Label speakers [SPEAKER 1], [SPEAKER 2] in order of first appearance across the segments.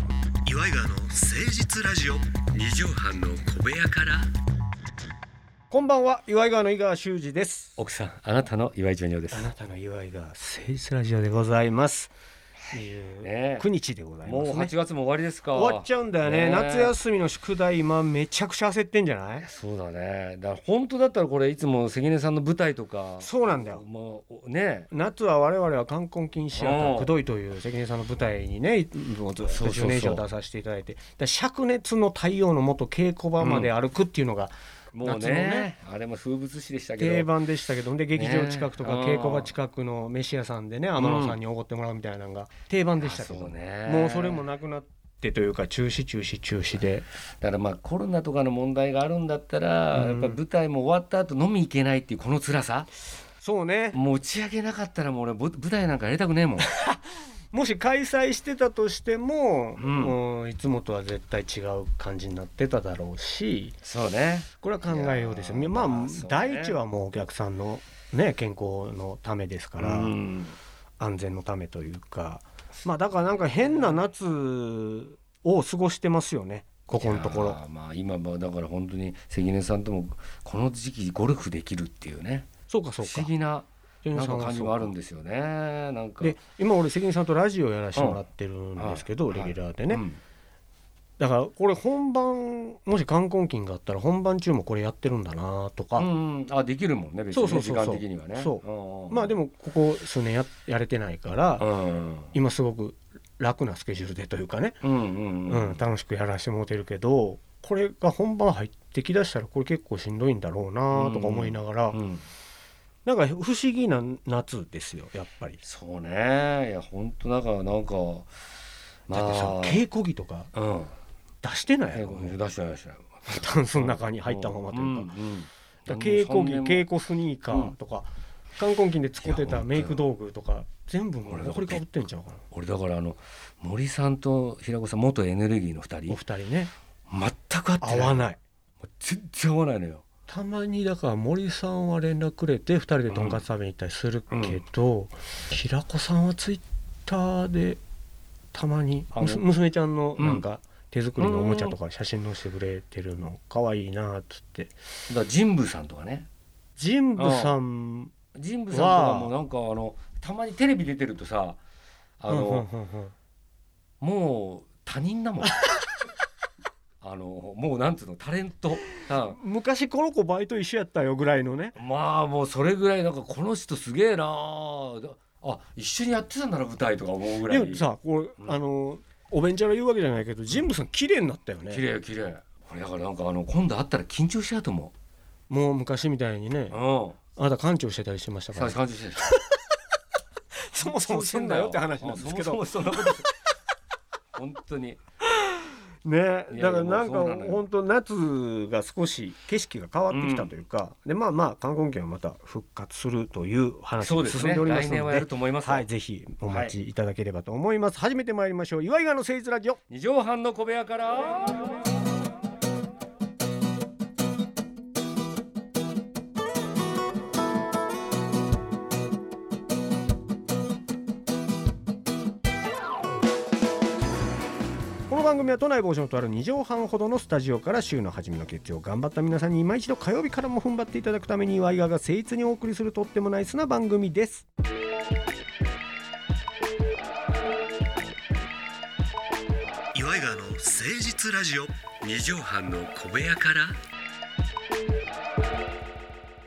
[SPEAKER 1] イガーの誠実ラジオ
[SPEAKER 2] 二畳半の小部屋から
[SPEAKER 3] こんばんは、岩井川の井川修司です。
[SPEAKER 2] 奥さんあなたの岩井ジョニオです
[SPEAKER 3] あなたの岩井川誠実ラジオでございます。
[SPEAKER 2] ねえ
[SPEAKER 3] 29日でござい
[SPEAKER 2] も
[SPEAKER 3] ま
[SPEAKER 2] う
[SPEAKER 3] すね
[SPEAKER 2] 8。月も終わりですか
[SPEAKER 3] 終わっちゃうんだよね。
[SPEAKER 2] ねえ
[SPEAKER 3] 夏休みの宿題今めちゃくちゃ焦ってんじゃない？
[SPEAKER 2] そうだねだから本当だったらこれいつも関根さんの舞台とか
[SPEAKER 3] そうなんだよ
[SPEAKER 2] もうね
[SPEAKER 3] 夏は我々は冠婚金シアタ
[SPEAKER 2] うん
[SPEAKER 3] ーくどいという関根さんの舞台にねもうずっと
[SPEAKER 2] そうそうそう
[SPEAKER 3] 10年以上出させていただいてだから灼熱の太陽のもと稽古場まで歩くっていうのが
[SPEAKER 2] もうね
[SPEAKER 3] 夏のね
[SPEAKER 2] あれも風物詩でしたけ
[SPEAKER 3] 定
[SPEAKER 2] ど
[SPEAKER 3] 番でしたけどで劇場近くとか
[SPEAKER 2] ねえ
[SPEAKER 3] 稽古場近くの飯屋さんでね天野さんにおごってもらうみたいなのが定番でしたけど
[SPEAKER 2] そうね
[SPEAKER 3] もうそれもなくなってというか中止中止中止で
[SPEAKER 2] だからまあコロナとかの問題があるんだったら、
[SPEAKER 3] うん
[SPEAKER 2] やっぱ舞台も終わった後飲み行けないっていうこの辛さ
[SPEAKER 3] そうね
[SPEAKER 2] もう打ち上げなかったらもう俺ぶ舞台なんかやりたくねえもん
[SPEAKER 3] もし開催してたとしても、
[SPEAKER 2] うん
[SPEAKER 3] もういつもとは絶対違う感じになってただろうし
[SPEAKER 2] そうね
[SPEAKER 3] これは考えようですよ
[SPEAKER 2] いやー
[SPEAKER 3] まあ、
[SPEAKER 2] まあそうね
[SPEAKER 3] 第一はもうお客さんの、ね、健康のためですから、
[SPEAKER 2] うん
[SPEAKER 3] 安全のためというかまあだからなんか変な夏を過ごしてますよねここのとこ
[SPEAKER 2] い
[SPEAKER 3] ろ
[SPEAKER 2] や。ーまあ今もだから本当に関根さんともこの時期ゴルフできるっていうね
[SPEAKER 3] そうかそ
[SPEAKER 2] 不
[SPEAKER 3] うか
[SPEAKER 2] 思議な
[SPEAKER 3] ジョニ
[SPEAKER 2] な
[SPEAKER 3] ー
[SPEAKER 2] ん
[SPEAKER 3] さ
[SPEAKER 2] か
[SPEAKER 3] は
[SPEAKER 2] 感じ
[SPEAKER 3] そう
[SPEAKER 2] もあるんですよねなんか
[SPEAKER 3] で今俺関根さんとラジオやらせてもらってるんですけど、
[SPEAKER 2] うんはい
[SPEAKER 3] レギュラーでね、
[SPEAKER 2] うん
[SPEAKER 3] だからこれ本番もし冠婚金があったら本番中もこれやってるんだなとか、
[SPEAKER 2] うんうんあできるもんね別にね
[SPEAKER 3] そうそうそうそう
[SPEAKER 2] 時間的にはね
[SPEAKER 3] そ
[SPEAKER 2] うんうん
[SPEAKER 3] まあでもここ数年ややれてないから、
[SPEAKER 2] うん
[SPEAKER 3] 今すごく楽なスケジュールでというかね、
[SPEAKER 2] うんうん
[SPEAKER 3] うん楽しくやらせてもらってるけどこれが本番入ってきだしたらこれ結構しんどいんだろうなとか思いながら、
[SPEAKER 2] うん
[SPEAKER 3] なんか不思議な夏ですよやっぱり。
[SPEAKER 2] そうねいや本当なんかなんかま
[SPEAKER 3] だってさ
[SPEAKER 2] あ
[SPEAKER 3] 稽古着とか
[SPEAKER 2] うん
[SPEAKER 3] 出してない
[SPEAKER 2] 稽
[SPEAKER 3] やろ
[SPEAKER 2] 古出してない出してない
[SPEAKER 3] タンスの中に入ったままというか。だ
[SPEAKER 2] ん
[SPEAKER 3] から稽古着
[SPEAKER 2] うん
[SPEAKER 3] 稽古スニーカーとか、冠婚金で使って
[SPEAKER 2] いや
[SPEAKER 3] たメイク道具とか全部も
[SPEAKER 2] 俺
[SPEAKER 3] う
[SPEAKER 2] だから
[SPEAKER 3] これかぶってんちゃうかな
[SPEAKER 2] 俺だからあの森さんと平子さん元エネルギーの二
[SPEAKER 3] お
[SPEAKER 2] 人
[SPEAKER 3] 二人ね
[SPEAKER 2] 全く合って
[SPEAKER 3] 合
[SPEAKER 2] ない
[SPEAKER 3] わない
[SPEAKER 2] 全然合わないのよ
[SPEAKER 3] たまにだから森さんは連絡くれて二人でとんかつ食べに行ったりするけど、平子さんはツイッターでたまに
[SPEAKER 2] あの
[SPEAKER 3] むす娘ちゃんの
[SPEAKER 2] うん
[SPEAKER 3] なんか手作りのおもちゃとか写真載せてくれてるの可愛いなっつって
[SPEAKER 2] だから神武さんとかね
[SPEAKER 3] 神部さん
[SPEAKER 2] 神武さんとかもなんかあのたまにテレビ出てるとさあの、
[SPEAKER 3] うんうんうんうん
[SPEAKER 2] もう他人だも んあのもうなんつうのタレントさ
[SPEAKER 3] 昔この子バイト一緒やったよぐらいのね
[SPEAKER 2] まあもうそれぐらいなんかこの人すげえなあだあ一緒にやってたんだな舞台とか思うぐら
[SPEAKER 3] で
[SPEAKER 2] い
[SPEAKER 3] もさこれ、
[SPEAKER 2] うん
[SPEAKER 3] あのおべんちゃら言うわけじゃないけど神部さん綺麗になったよ
[SPEAKER 2] 綺
[SPEAKER 3] ね
[SPEAKER 2] 麗よ綺麗俺だからなんかあの今度会ったら緊張しちゃうと思
[SPEAKER 3] もう昔みたいにね
[SPEAKER 2] ううん
[SPEAKER 3] あなた館長してたりしてましたから
[SPEAKER 2] 最初感じしてる
[SPEAKER 3] そ もそもすんなよって話なんですけ
[SPEAKER 2] そも
[SPEAKER 3] ど
[SPEAKER 2] そもそんなこと本当に
[SPEAKER 3] ね
[SPEAKER 2] い
[SPEAKER 3] だ
[SPEAKER 2] や
[SPEAKER 3] からなんか
[SPEAKER 2] もうそうなのよ
[SPEAKER 3] 本当夏が少し景色が変わってきたというか、でまあまあ観光券はまた復活するという話
[SPEAKER 2] そう
[SPEAKER 3] が
[SPEAKER 2] です
[SPEAKER 3] 進ん
[SPEAKER 2] ね
[SPEAKER 3] でおりますの
[SPEAKER 2] 来
[SPEAKER 3] で
[SPEAKER 2] 年はやると思います、
[SPEAKER 3] はい、ぜひお待ちいただければと思います、初めて参りましょう岩井川の誠実ラジオ
[SPEAKER 2] 二畳半の小部屋から
[SPEAKER 3] この番組は都内某所のとある2畳半ほどのスタジオから週の初めの月曜頑張った皆さんに今一度火曜日からも踏ん張っていただくために岩井川が誠実にお送りするとってもナイスな番組です。
[SPEAKER 1] 岩井川の誠実ラジオ
[SPEAKER 2] 二畳半の小部屋から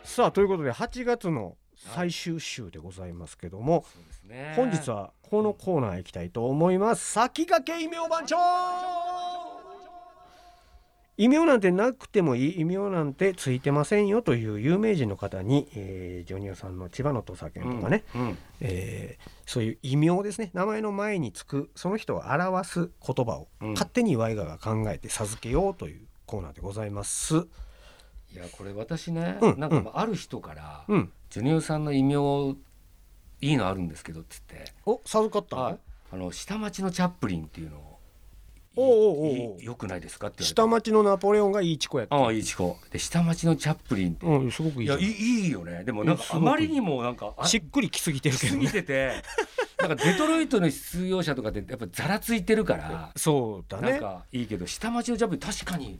[SPEAKER 3] さあということで8月の最終週でございますけども
[SPEAKER 2] そうですね
[SPEAKER 3] 本日はこのコーナーへ行きたいと思います。先駆け異名番長異名なんてなくてもいい異名なんてついてませんよという有名人の方に、えージョニオさんの千葉の土佐犬とかね、
[SPEAKER 2] うんうん
[SPEAKER 3] えーそういう異名ですね名前の前につくその人を表す言葉を
[SPEAKER 2] うん
[SPEAKER 3] 勝手に岩井川が考えて授けようというコーナーでございます。
[SPEAKER 2] いやこれ私ね、
[SPEAKER 3] うん
[SPEAKER 2] なんかまあある人から、
[SPEAKER 3] うん、
[SPEAKER 2] ジュニオさんの異名いいのあるんですけどっつって、
[SPEAKER 3] お授かったの、
[SPEAKER 2] あの下町のチャップリンっていうのを
[SPEAKER 3] おうおうおう
[SPEAKER 2] いい良くないですか?」って言
[SPEAKER 3] 下
[SPEAKER 2] われて
[SPEAKER 3] 町のナポレオンがいいチコやっ
[SPEAKER 2] 「
[SPEAKER 3] た
[SPEAKER 2] ああいいチコ」で下町のチャップリンって、
[SPEAKER 3] うんすごくいい
[SPEAKER 2] い
[SPEAKER 3] じゃ
[SPEAKER 2] や
[SPEAKER 3] ん
[SPEAKER 2] いいいいよねでもなんか
[SPEAKER 3] うんすご
[SPEAKER 2] あ
[SPEAKER 3] く
[SPEAKER 2] まりにもなんかあ
[SPEAKER 3] しっくりきすぎてる
[SPEAKER 2] し
[SPEAKER 3] けど
[SPEAKER 2] すぎ
[SPEAKER 3] ね
[SPEAKER 2] ててなんかデトロイトの失業者とかってやっぱざらついてるから、
[SPEAKER 3] そうだ
[SPEAKER 2] なん
[SPEAKER 3] ね
[SPEAKER 2] かいいけど下町のチャップリン確かに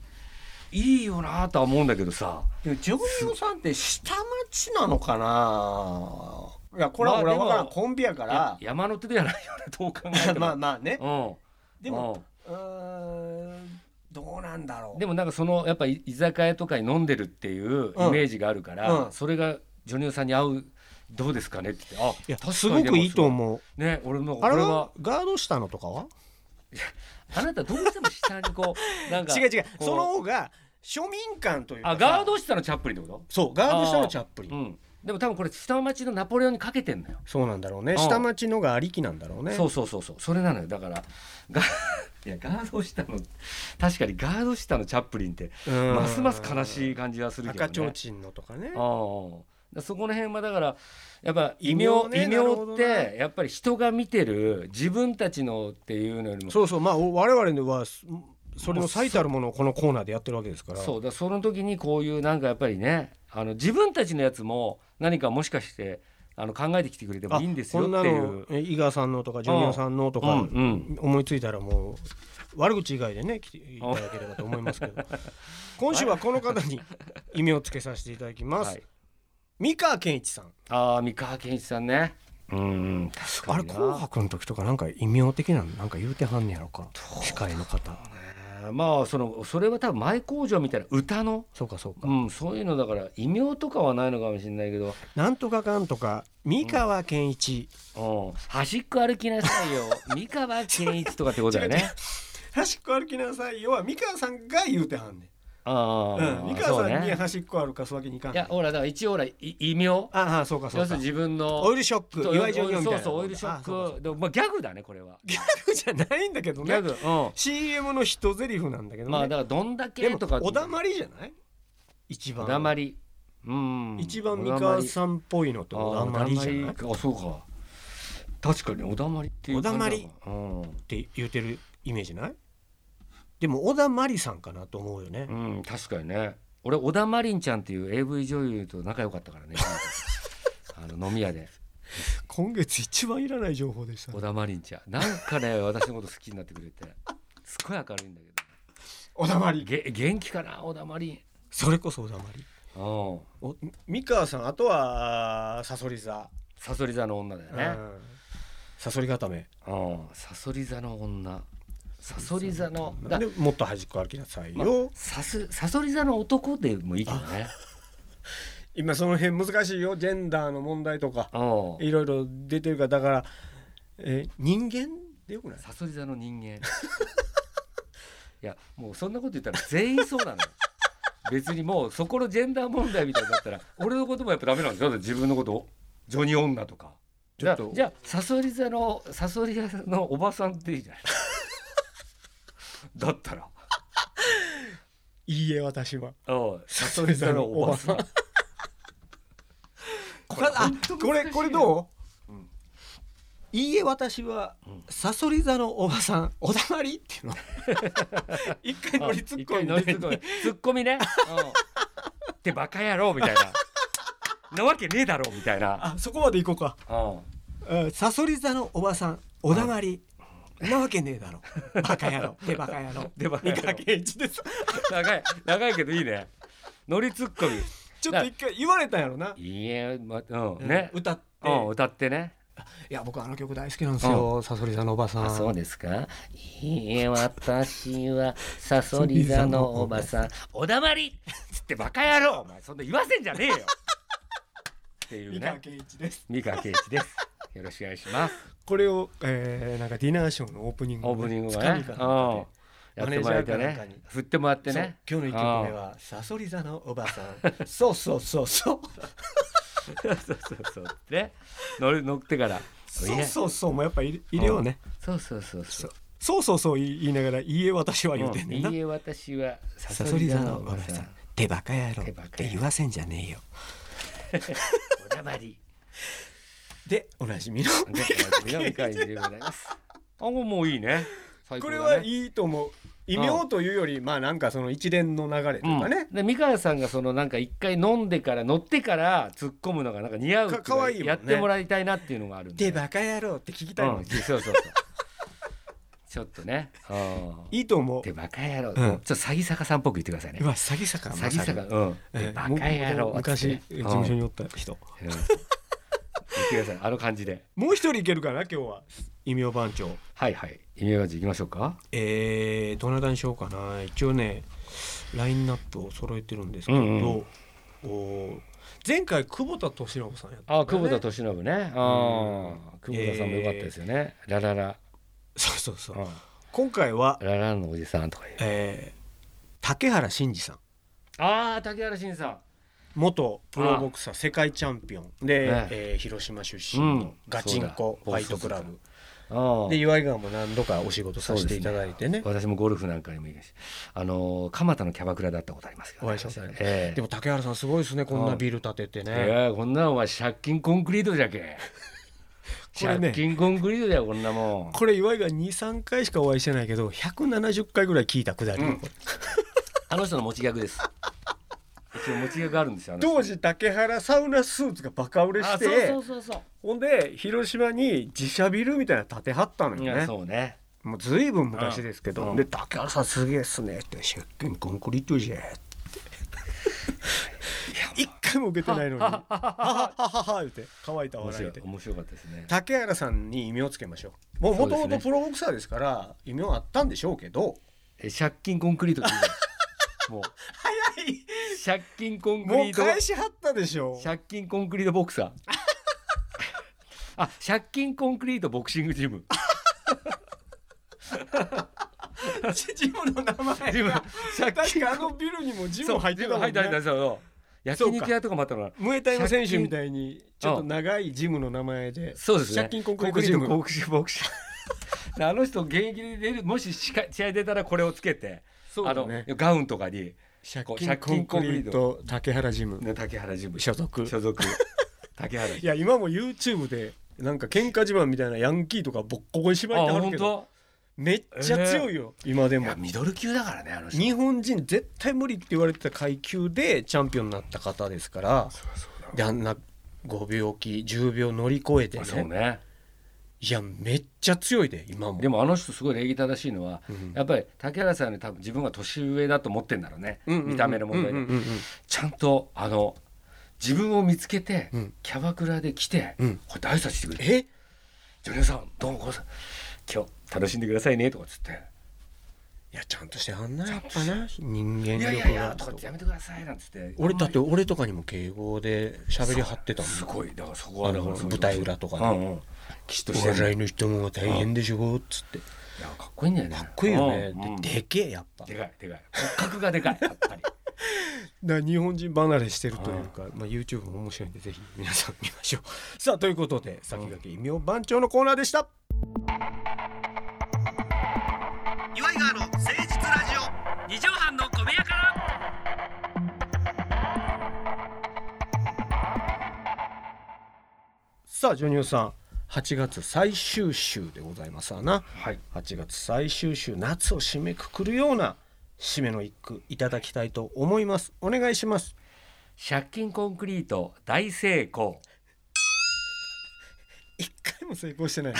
[SPEAKER 2] いいよなとは思うんだけどさ
[SPEAKER 4] でもジョニオさんって下町なのかないやこれは俺は
[SPEAKER 2] ま
[SPEAKER 4] 分から
[SPEAKER 2] あでも
[SPEAKER 4] んコンビやから
[SPEAKER 2] いや山手ではないよねどう考えても。
[SPEAKER 4] まあまあね
[SPEAKER 2] うん
[SPEAKER 4] でもうーんどうなんだろ
[SPEAKER 2] うん
[SPEAKER 4] う
[SPEAKER 2] でもなんかそのやっぱ居酒屋とかに飲んでるっていう
[SPEAKER 4] うん
[SPEAKER 2] イメージがあるから、
[SPEAKER 4] うん
[SPEAKER 2] それがジョニオさんに合うどうですかねって言ってあ
[SPEAKER 3] いや
[SPEAKER 2] 確かに
[SPEAKER 3] すごくいいと
[SPEAKER 2] でも
[SPEAKER 3] 思う
[SPEAKER 2] そうね俺も
[SPEAKER 3] あれ
[SPEAKER 2] 俺
[SPEAKER 3] は
[SPEAKER 2] は
[SPEAKER 3] ガード下のとかは
[SPEAKER 2] あなたどうしても下にこうなんか
[SPEAKER 4] 違う違う
[SPEAKER 2] こ
[SPEAKER 4] その方が庶民感というか
[SPEAKER 2] あ
[SPEAKER 4] さ
[SPEAKER 2] ガード下のチャップリンってこ
[SPEAKER 4] そうガード下のチャップリ
[SPEAKER 2] とう
[SPEAKER 4] ン
[SPEAKER 2] んでも多分これ下町のナポレオンにかけてんのよ、
[SPEAKER 3] そうなんだろうね
[SPEAKER 2] ん
[SPEAKER 3] 下町のがありきなんだろうね
[SPEAKER 2] そうそうそうそうそれなのよだからがいやガード下の確かにガード下のチャップリンって
[SPEAKER 3] うん
[SPEAKER 2] ますます悲しい感じはするけどね
[SPEAKER 3] 赤ちょうちんのとかね
[SPEAKER 2] ああそこの辺はだからやっぱ異名
[SPEAKER 3] 異名ね
[SPEAKER 2] 異
[SPEAKER 3] なるほ
[SPEAKER 2] 名
[SPEAKER 3] ど
[SPEAKER 2] っ
[SPEAKER 3] ね
[SPEAKER 2] てやっぱり人が見てる自分たちのっていうのよりも
[SPEAKER 3] そうそうまあお我々はすそれの最たるものをこのコーナーでやってるわけですから
[SPEAKER 2] そうだからその時にこういうなんかやっぱりねあの自分たちのやつも何かもしかしてあの考えてきてくれても
[SPEAKER 3] あ
[SPEAKER 2] いいんですよ
[SPEAKER 3] こん
[SPEAKER 2] っ
[SPEAKER 3] な
[SPEAKER 2] てい
[SPEAKER 3] の
[SPEAKER 2] う。
[SPEAKER 3] え井川さんのとかジョニオさんのとか、
[SPEAKER 2] うんうん
[SPEAKER 3] 思いついたらもう悪口以外でね来ていただければと思いますけ ど今週はこの方に意味をつけさせていただきます、
[SPEAKER 2] はい、
[SPEAKER 3] 三河健一さん
[SPEAKER 2] ああ三河健一さんね。うん確
[SPEAKER 3] あ
[SPEAKER 2] か
[SPEAKER 3] れ
[SPEAKER 2] にな
[SPEAKER 3] 紅白の時とかなんか異名的なのなんか言うてはんねやろか司会の方
[SPEAKER 2] ねまあそのそれは多分前工場みたいな歌の、
[SPEAKER 3] そうかそうか、
[SPEAKER 2] うん、そういうのだから異名とかはないのかもしれないけど
[SPEAKER 3] なんとかかんとか三河健一、
[SPEAKER 2] うん、端っこ歩きなさ いよ三河健一とかってことだよね。
[SPEAKER 4] 端っこ歩きなさいよは三河さんが言うてはんね
[SPEAKER 2] あ
[SPEAKER 4] ん、
[SPEAKER 2] あ、
[SPEAKER 4] うん、三河
[SPEAKER 2] そ
[SPEAKER 4] さ
[SPEAKER 2] うん
[SPEAKER 4] に
[SPEAKER 2] ね。
[SPEAKER 4] 端っこ歩かすわけにいかん
[SPEAKER 2] いや、ほら、だから一応ほら、い異名。要
[SPEAKER 3] ああそうか
[SPEAKER 2] す
[SPEAKER 3] そ
[SPEAKER 2] る
[SPEAKER 3] う
[SPEAKER 2] に
[SPEAKER 3] か
[SPEAKER 2] 自分の。
[SPEAKER 3] オイルショッ
[SPEAKER 2] そ
[SPEAKER 3] ク
[SPEAKER 2] う
[SPEAKER 3] 岩井ジョニオみたい
[SPEAKER 2] そう
[SPEAKER 3] な
[SPEAKER 2] そう、オイルショ
[SPEAKER 3] あそうかそう
[SPEAKER 2] ッ
[SPEAKER 3] か
[SPEAKER 2] ク、でも、まあ、ギャグだね、これは。ギ
[SPEAKER 3] 逆じゃないんだけどね
[SPEAKER 2] ャグ、う
[SPEAKER 3] CM の一ゼリフなんだけど
[SPEAKER 2] ん。
[SPEAKER 3] ね、
[SPEAKER 2] まあ、だから、どんだ
[SPEAKER 3] で
[SPEAKER 2] け
[SPEAKER 3] も
[SPEAKER 2] とか。
[SPEAKER 3] おだまりじゃない一
[SPEAKER 2] お
[SPEAKER 3] 番
[SPEAKER 2] だまり。うん。
[SPEAKER 3] 一番三河さんっぽいのってお
[SPEAKER 2] お
[SPEAKER 3] だ
[SPEAKER 2] だ
[SPEAKER 3] ま
[SPEAKER 2] ま
[SPEAKER 3] り
[SPEAKER 2] り。
[SPEAKER 3] じゃないっ
[SPEAKER 2] あおだまりあ、そうか。確かに、おだまりっていう感じだもん。
[SPEAKER 3] おだ
[SPEAKER 2] うん。
[SPEAKER 3] て言うてるイメージないでも小田まりさんかなと思うよね、
[SPEAKER 2] うん、確かにね。俺、小田まりんちゃんっていう AV 女優と仲良かったからね。あ の飲み屋で
[SPEAKER 3] 今月一番いらない情報でした
[SPEAKER 2] 小田まりんちゃんなんかね私のこと好きになってくれてすっごい明るいんだけ
[SPEAKER 4] おだまり
[SPEAKER 2] どげ元気かな小田まりん
[SPEAKER 3] それこそ小田まり
[SPEAKER 2] うん
[SPEAKER 3] お三河さんあとはサソリ座、
[SPEAKER 2] さそり座の女だよ
[SPEAKER 3] う
[SPEAKER 2] ね
[SPEAKER 3] んサソリ固め
[SPEAKER 2] うんさそり座の女さそり座のだ
[SPEAKER 3] でもっと端っこ歩きなさい
[SPEAKER 2] まあ
[SPEAKER 3] よ、
[SPEAKER 2] さすさそり座の男でもいいけどね
[SPEAKER 3] 今その辺難しいよジェンダーの問題とか
[SPEAKER 2] うん
[SPEAKER 3] いろいろ出てるからだから、えー人間でよくない
[SPEAKER 2] さそり座の人間 いやもうそんなこと言ったら全員そうなのよ別にもうそこのジェンダー問題みたいになったら俺のこともやっぱダメなんですよだって自分のことをジョニ女とか
[SPEAKER 3] ちょっと
[SPEAKER 2] じゃあサソリ座のサソリ座のおばさんっていいじゃないだったら
[SPEAKER 3] いいえ私は
[SPEAKER 2] うんサ
[SPEAKER 3] ソリ座のおばさんこれあこれこれどう、
[SPEAKER 2] うん
[SPEAKER 3] いいえ私は、
[SPEAKER 2] うん
[SPEAKER 3] サソリ座のおばさんおだまりって いうの一回乗り
[SPEAKER 2] ツ
[SPEAKER 3] 突っ
[SPEAKER 2] ッ
[SPEAKER 3] 込
[SPEAKER 2] コ
[SPEAKER 3] ん
[SPEAKER 2] ミ
[SPEAKER 3] で
[SPEAKER 2] 乗りツッコミツッコミね、うん、ってバカ野郎みたいななわけねえだろみたい
[SPEAKER 3] あ
[SPEAKER 2] な、
[SPEAKER 3] そこまで行こうか
[SPEAKER 2] うん
[SPEAKER 3] うんサソリ座のおばさんおだまりんなわけねえだろバカ野郎でバカ野郎
[SPEAKER 2] でバカ野
[SPEAKER 3] 三
[SPEAKER 2] 郎
[SPEAKER 3] 河健一です
[SPEAKER 2] 長い長いけどいいね乗りツッコミ
[SPEAKER 3] ちょっと一回言われたんやろない
[SPEAKER 2] いえ、ま、うんね、
[SPEAKER 3] 歌って
[SPEAKER 2] うん、歌ってね
[SPEAKER 3] いや僕あの曲大好きなんですよサソリ座のおばさん
[SPEAKER 2] あそうですかいいえ私はサソリ座のお ばさんおだまりつってバカ野郎お前そんな言わせんじゃねえよっていう
[SPEAKER 3] 三河
[SPEAKER 2] ね
[SPEAKER 3] 健一です
[SPEAKER 2] 三河圭一ですよろしくお願いします
[SPEAKER 3] これを、えー、なんかディナーショーのオープニング
[SPEAKER 2] オープニング
[SPEAKER 3] つ
[SPEAKER 2] は
[SPEAKER 3] かみ
[SPEAKER 2] ね
[SPEAKER 3] かなんかで
[SPEAKER 2] うんやってもらえて
[SPEAKER 3] マネージャーかなんか
[SPEAKER 2] ね
[SPEAKER 3] に
[SPEAKER 2] 振ってもらってね
[SPEAKER 3] そう今日の一曲目は「サソリ座のおばさん」そうそうそうそう
[SPEAKER 2] うんそうそうそうね乗る乗ってからいい
[SPEAKER 3] そう
[SPEAKER 2] ね
[SPEAKER 3] そうそうもうやっぱ入れ入れようね
[SPEAKER 2] そうそうそうそう
[SPEAKER 3] そうそうそう言い言いながら「いいえ私は」言うてんねんな、
[SPEAKER 2] うんいいえ私はサ
[SPEAKER 3] サ
[SPEAKER 2] ソ
[SPEAKER 3] ソ
[SPEAKER 2] リ
[SPEAKER 3] リ
[SPEAKER 2] 座
[SPEAKER 3] 座
[SPEAKER 2] の
[SPEAKER 3] の
[SPEAKER 2] お
[SPEAKER 3] お
[SPEAKER 2] ば
[SPEAKER 3] ば
[SPEAKER 2] さ
[SPEAKER 3] さ
[SPEAKER 2] ん
[SPEAKER 3] ん手バカ野郎
[SPEAKER 2] 手バカ野郎
[SPEAKER 3] って言わせんじゃねえよ
[SPEAKER 2] おだまり
[SPEAKER 3] でおなじみの
[SPEAKER 2] で、南海でございます。あ、もういいね。最
[SPEAKER 3] こ
[SPEAKER 2] 高
[SPEAKER 3] れ
[SPEAKER 2] だね
[SPEAKER 3] はいいと思う異名というよりまあなんかその一連の流れというかね、
[SPEAKER 2] うん、で美川さんがそのなんか一回飲んでから乗ってから突っ込むのがなんか似合うっていう
[SPEAKER 3] か可愛いもんね
[SPEAKER 2] やってもらいたいなっていうのがあるん
[SPEAKER 3] で
[SPEAKER 2] ね
[SPEAKER 3] バカ野郎って聞きたいもん、
[SPEAKER 2] うん、そうそうそうちょっとねうん
[SPEAKER 3] いいと思う
[SPEAKER 2] でバカ野郎、
[SPEAKER 3] ん
[SPEAKER 2] ちょっと詐欺坂さんっぽく言ってくださいね
[SPEAKER 3] うわ詐欺坂
[SPEAKER 2] 詐欺坂うん、でバカ野郎
[SPEAKER 3] 昔
[SPEAKER 2] っつっ
[SPEAKER 3] 事
[SPEAKER 2] てね
[SPEAKER 3] 務所
[SPEAKER 2] うん
[SPEAKER 3] におった人
[SPEAKER 2] 言ってくださいあの感じで
[SPEAKER 3] もう一人いけるかな今日は異名番長
[SPEAKER 2] はいはいイメージいきましょうか
[SPEAKER 3] えー、どなたにしようかな一応ねラインナップを揃えてるんですけど、
[SPEAKER 2] うんうん
[SPEAKER 3] おー前回久保田敏郎さんやったんだ
[SPEAKER 2] あ
[SPEAKER 3] よね
[SPEAKER 2] 久保田利伸ねあー久保田さんも良かったですよね、ラララ、
[SPEAKER 3] そうそうそう
[SPEAKER 2] うん
[SPEAKER 3] 今回は、
[SPEAKER 2] ラランのおじさんとかいう
[SPEAKER 3] えー、竹原慎二さん
[SPEAKER 2] ああ竹原慎さん
[SPEAKER 3] 元プロボクサー世界チャンピオンで、
[SPEAKER 2] ね
[SPEAKER 3] えー広島出身
[SPEAKER 2] う
[SPEAKER 3] の
[SPEAKER 2] ん
[SPEAKER 3] ガチンコフ
[SPEAKER 2] そうだ
[SPEAKER 3] ァイトクラブ
[SPEAKER 2] あ
[SPEAKER 3] で岩井川も何度かお仕事させていただいてねで
[SPEAKER 2] 私もゴルフなんかにも行くしあのー蒲田のキャバクラだったことありますけど、
[SPEAKER 3] お会いしたことあります
[SPEAKER 2] ええ
[SPEAKER 3] も竹原さんすごいですねこんなビル建てて
[SPEAKER 2] い
[SPEAKER 3] ね
[SPEAKER 2] やこんなのお前借金コンクリートじゃ け
[SPEAKER 3] これね
[SPEAKER 2] 借金コンクリートだよこんなもん
[SPEAKER 3] これ岩井が23回しかお会いしてないけど170回ぐらい聞いたくだり、
[SPEAKER 2] うんあの人の持ち逆です 一応持ち逆あるんですよあの人
[SPEAKER 3] 当時竹原サウナスーツがバカ売れ
[SPEAKER 2] あ
[SPEAKER 3] して
[SPEAKER 2] そうそうそうそ
[SPEAKER 3] ほんで広島に自社ビルみたいなの建てはったの
[SPEAKER 2] うい
[SPEAKER 3] よ
[SPEAKER 2] や
[SPEAKER 3] ね
[SPEAKER 2] そうね
[SPEAKER 3] もうずいぶん昔ですけど、
[SPEAKER 2] うん
[SPEAKER 3] で竹原さんすげえっすねって借金コンクリートじゃって一回も受けてないのに「ははははは」言って乾いた
[SPEAKER 2] 面
[SPEAKER 3] 笑
[SPEAKER 2] 白
[SPEAKER 3] い
[SPEAKER 2] い
[SPEAKER 3] で
[SPEAKER 2] 面白かったですね
[SPEAKER 3] 竹原さんに異名をつけましょうもう
[SPEAKER 2] そ
[SPEAKER 3] も
[SPEAKER 2] うで
[SPEAKER 3] と
[SPEAKER 2] すね
[SPEAKER 3] もとプロボクサーですから異名あったんでしょうけど
[SPEAKER 2] え借金コンクリートって言うのもう
[SPEAKER 3] 早い
[SPEAKER 2] 借金コンク
[SPEAKER 3] も
[SPEAKER 2] リ
[SPEAKER 3] う
[SPEAKER 2] ート
[SPEAKER 3] 返しはったでしょ
[SPEAKER 2] 借金コンクリートボクサーあ借金コンクリートボクシングジム
[SPEAKER 3] ジムの名前
[SPEAKER 2] ジム
[SPEAKER 3] が
[SPEAKER 2] 借
[SPEAKER 3] 確
[SPEAKER 2] 金
[SPEAKER 3] かあのビルにもジム入ってたも
[SPEAKER 2] 入
[SPEAKER 3] ん
[SPEAKER 2] って入って
[SPEAKER 3] ね
[SPEAKER 2] そうそう焼肉屋とかもあったのかな
[SPEAKER 3] ムエタイの選手みたいにちょっと長いジムの名前で
[SPEAKER 2] そうですね
[SPEAKER 3] 借金コンクリートジム
[SPEAKER 2] コンクリートボクシングであの人現役で出るもし試合試合出たらこれをつけて、
[SPEAKER 3] そう
[SPEAKER 2] あ
[SPEAKER 3] だ
[SPEAKER 2] の
[SPEAKER 3] ね
[SPEAKER 2] ガウンとかに
[SPEAKER 3] 借
[SPEAKER 2] こう
[SPEAKER 3] 金コンクリート竹原ジム
[SPEAKER 2] ね竹原ジム
[SPEAKER 3] 所属
[SPEAKER 2] 所属竹原
[SPEAKER 3] いや 今も YouTube でなんか喧嘩自慢みたいなヤンキーとかボッコボコにし
[SPEAKER 2] あ
[SPEAKER 3] まいてある
[SPEAKER 2] 本
[SPEAKER 3] けど
[SPEAKER 2] 当
[SPEAKER 3] めっちゃ強いよ、今で
[SPEAKER 2] い
[SPEAKER 3] も
[SPEAKER 2] やミドル級だからねあの人
[SPEAKER 3] 日本人絶対無理って言われてた階級でチャンピオンになった方ですからであんな5秒期10秒乗り越えて
[SPEAKER 2] まあ
[SPEAKER 3] ね
[SPEAKER 2] そうね
[SPEAKER 3] いやめっちゃ強いで今も
[SPEAKER 2] でもあの人すごい礼儀正しいのは、
[SPEAKER 3] うん
[SPEAKER 2] やっぱり竹原さんより多分自分が年上だと思ってんだろうね、
[SPEAKER 3] うんうんうん
[SPEAKER 2] 見た目の問題で、
[SPEAKER 3] うんうんうん
[SPEAKER 2] ちゃんとあの自分を見つけて、
[SPEAKER 3] うん
[SPEAKER 2] キャバクラで来て、
[SPEAKER 3] うん
[SPEAKER 2] こうやって挨拶してくれて
[SPEAKER 3] え
[SPEAKER 2] 「ジョニオさんどうもごめんなさい今日楽しんでくださいね」とかっつって
[SPEAKER 3] いやちゃんとしてはんなやっぱな人間
[SPEAKER 2] 「いや
[SPEAKER 3] 力
[SPEAKER 2] いやい
[SPEAKER 3] が
[SPEAKER 2] や」とかって「やめてください」なんつって
[SPEAKER 3] 俺だって俺とかにも敬語で喋りはってたもん
[SPEAKER 2] すごいだからそこ
[SPEAKER 3] あ
[SPEAKER 2] はだから
[SPEAKER 3] の
[SPEAKER 2] そういう
[SPEAKER 3] 舞台裏とか
[SPEAKER 2] う
[SPEAKER 3] ね
[SPEAKER 2] んうんきちっとし
[SPEAKER 3] お
[SPEAKER 2] てる
[SPEAKER 3] 笑いの人も大変でしょっつって
[SPEAKER 2] いやかっこいいんだよね
[SPEAKER 3] かっこいいよね
[SPEAKER 2] うんうん
[SPEAKER 3] で
[SPEAKER 2] で
[SPEAKER 3] でけえやっぱ
[SPEAKER 2] かいでかい骨格がでかいやっぱり
[SPEAKER 3] だから日本人離れしてるというか、まあ、YouTube も面白いんでぜひ皆さん見ましょう さあということで先駆け異名番長のコーナーでした
[SPEAKER 1] 岩井川の誠実ラジオ
[SPEAKER 2] 二畳半の小部屋から
[SPEAKER 3] さあジョニオさん8月最終週でございますわな
[SPEAKER 2] はい
[SPEAKER 3] 8月最終週夏を締めくくるような締めの一句いただきたいと思いますお願いします
[SPEAKER 2] 借金コンクリート大成功
[SPEAKER 3] 一回も成功してないね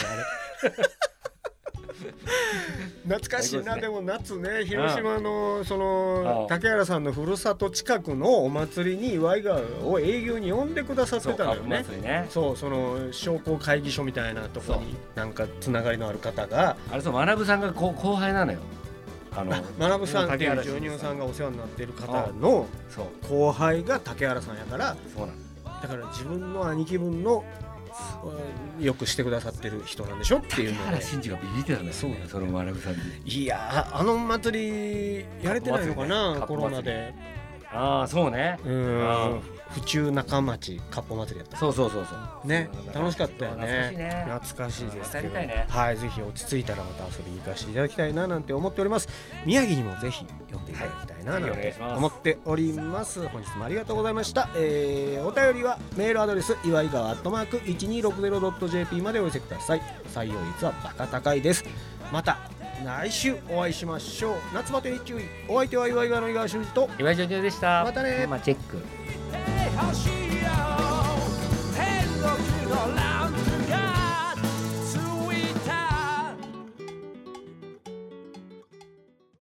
[SPEAKER 3] あれ 懐かしいな、
[SPEAKER 2] 最
[SPEAKER 3] でも
[SPEAKER 2] 高
[SPEAKER 3] 夏ね広島のその
[SPEAKER 2] ああ
[SPEAKER 3] 竹原さんのふるさと近くのお祭りに岩井川を営業に呼んでくださってたのよね
[SPEAKER 2] そう株祭りね
[SPEAKER 3] そうその商工会議所みたいなとこになんかつながりのある方が
[SPEAKER 2] あれそう学さんが後後輩なのよあの
[SPEAKER 3] 学さんっていう
[SPEAKER 2] 竹原
[SPEAKER 3] ジョニオさんがお世話になってる
[SPEAKER 2] あ
[SPEAKER 3] 方
[SPEAKER 2] あ
[SPEAKER 3] の
[SPEAKER 2] そう
[SPEAKER 3] 後輩が竹原さんやから
[SPEAKER 2] そうなん
[SPEAKER 3] だから自分の兄貴分のうんよくしてくださってる人なんでしょっていうの
[SPEAKER 2] 竹
[SPEAKER 3] で
[SPEAKER 2] 原慎二がビビってたんだよね
[SPEAKER 3] そうなんだ
[SPEAKER 2] その学さんに
[SPEAKER 3] いやーあの祭りやれてないのかな、
[SPEAKER 2] カッ
[SPEAKER 3] コ
[SPEAKER 2] プ
[SPEAKER 3] ロ
[SPEAKER 2] 祭りね
[SPEAKER 3] ナで
[SPEAKER 2] ああそうね
[SPEAKER 3] うー
[SPEAKER 2] あ
[SPEAKER 3] ん府中中町かっぽ祭りやった
[SPEAKER 2] そうそうそうそう
[SPEAKER 3] ね
[SPEAKER 2] そうなんだ
[SPEAKER 3] 楽しかったよ
[SPEAKER 2] 懐かしい
[SPEAKER 3] ね
[SPEAKER 2] ね
[SPEAKER 3] 懐かしいですけど
[SPEAKER 2] またやりたいね
[SPEAKER 3] はいぜひ落ち着いたらまた遊びに行かせていただきたいななんて思っております宮城にもぜひ呼んでいただきたいな
[SPEAKER 2] はい
[SPEAKER 3] なん
[SPEAKER 2] ぜひお願
[SPEAKER 3] て
[SPEAKER 2] いします
[SPEAKER 3] 思っております本日もありがとうございました、えーお便りはメールアドレス岩井川アットマーク 1260.jp までお寄せください採用率はバカ高いですまた来週お会いしましょう夏バテに注意お相手は岩井川の井川修司と
[SPEAKER 2] 岩井ジョニオでした
[SPEAKER 3] またね
[SPEAKER 2] まあチェック
[SPEAKER 5] 走れ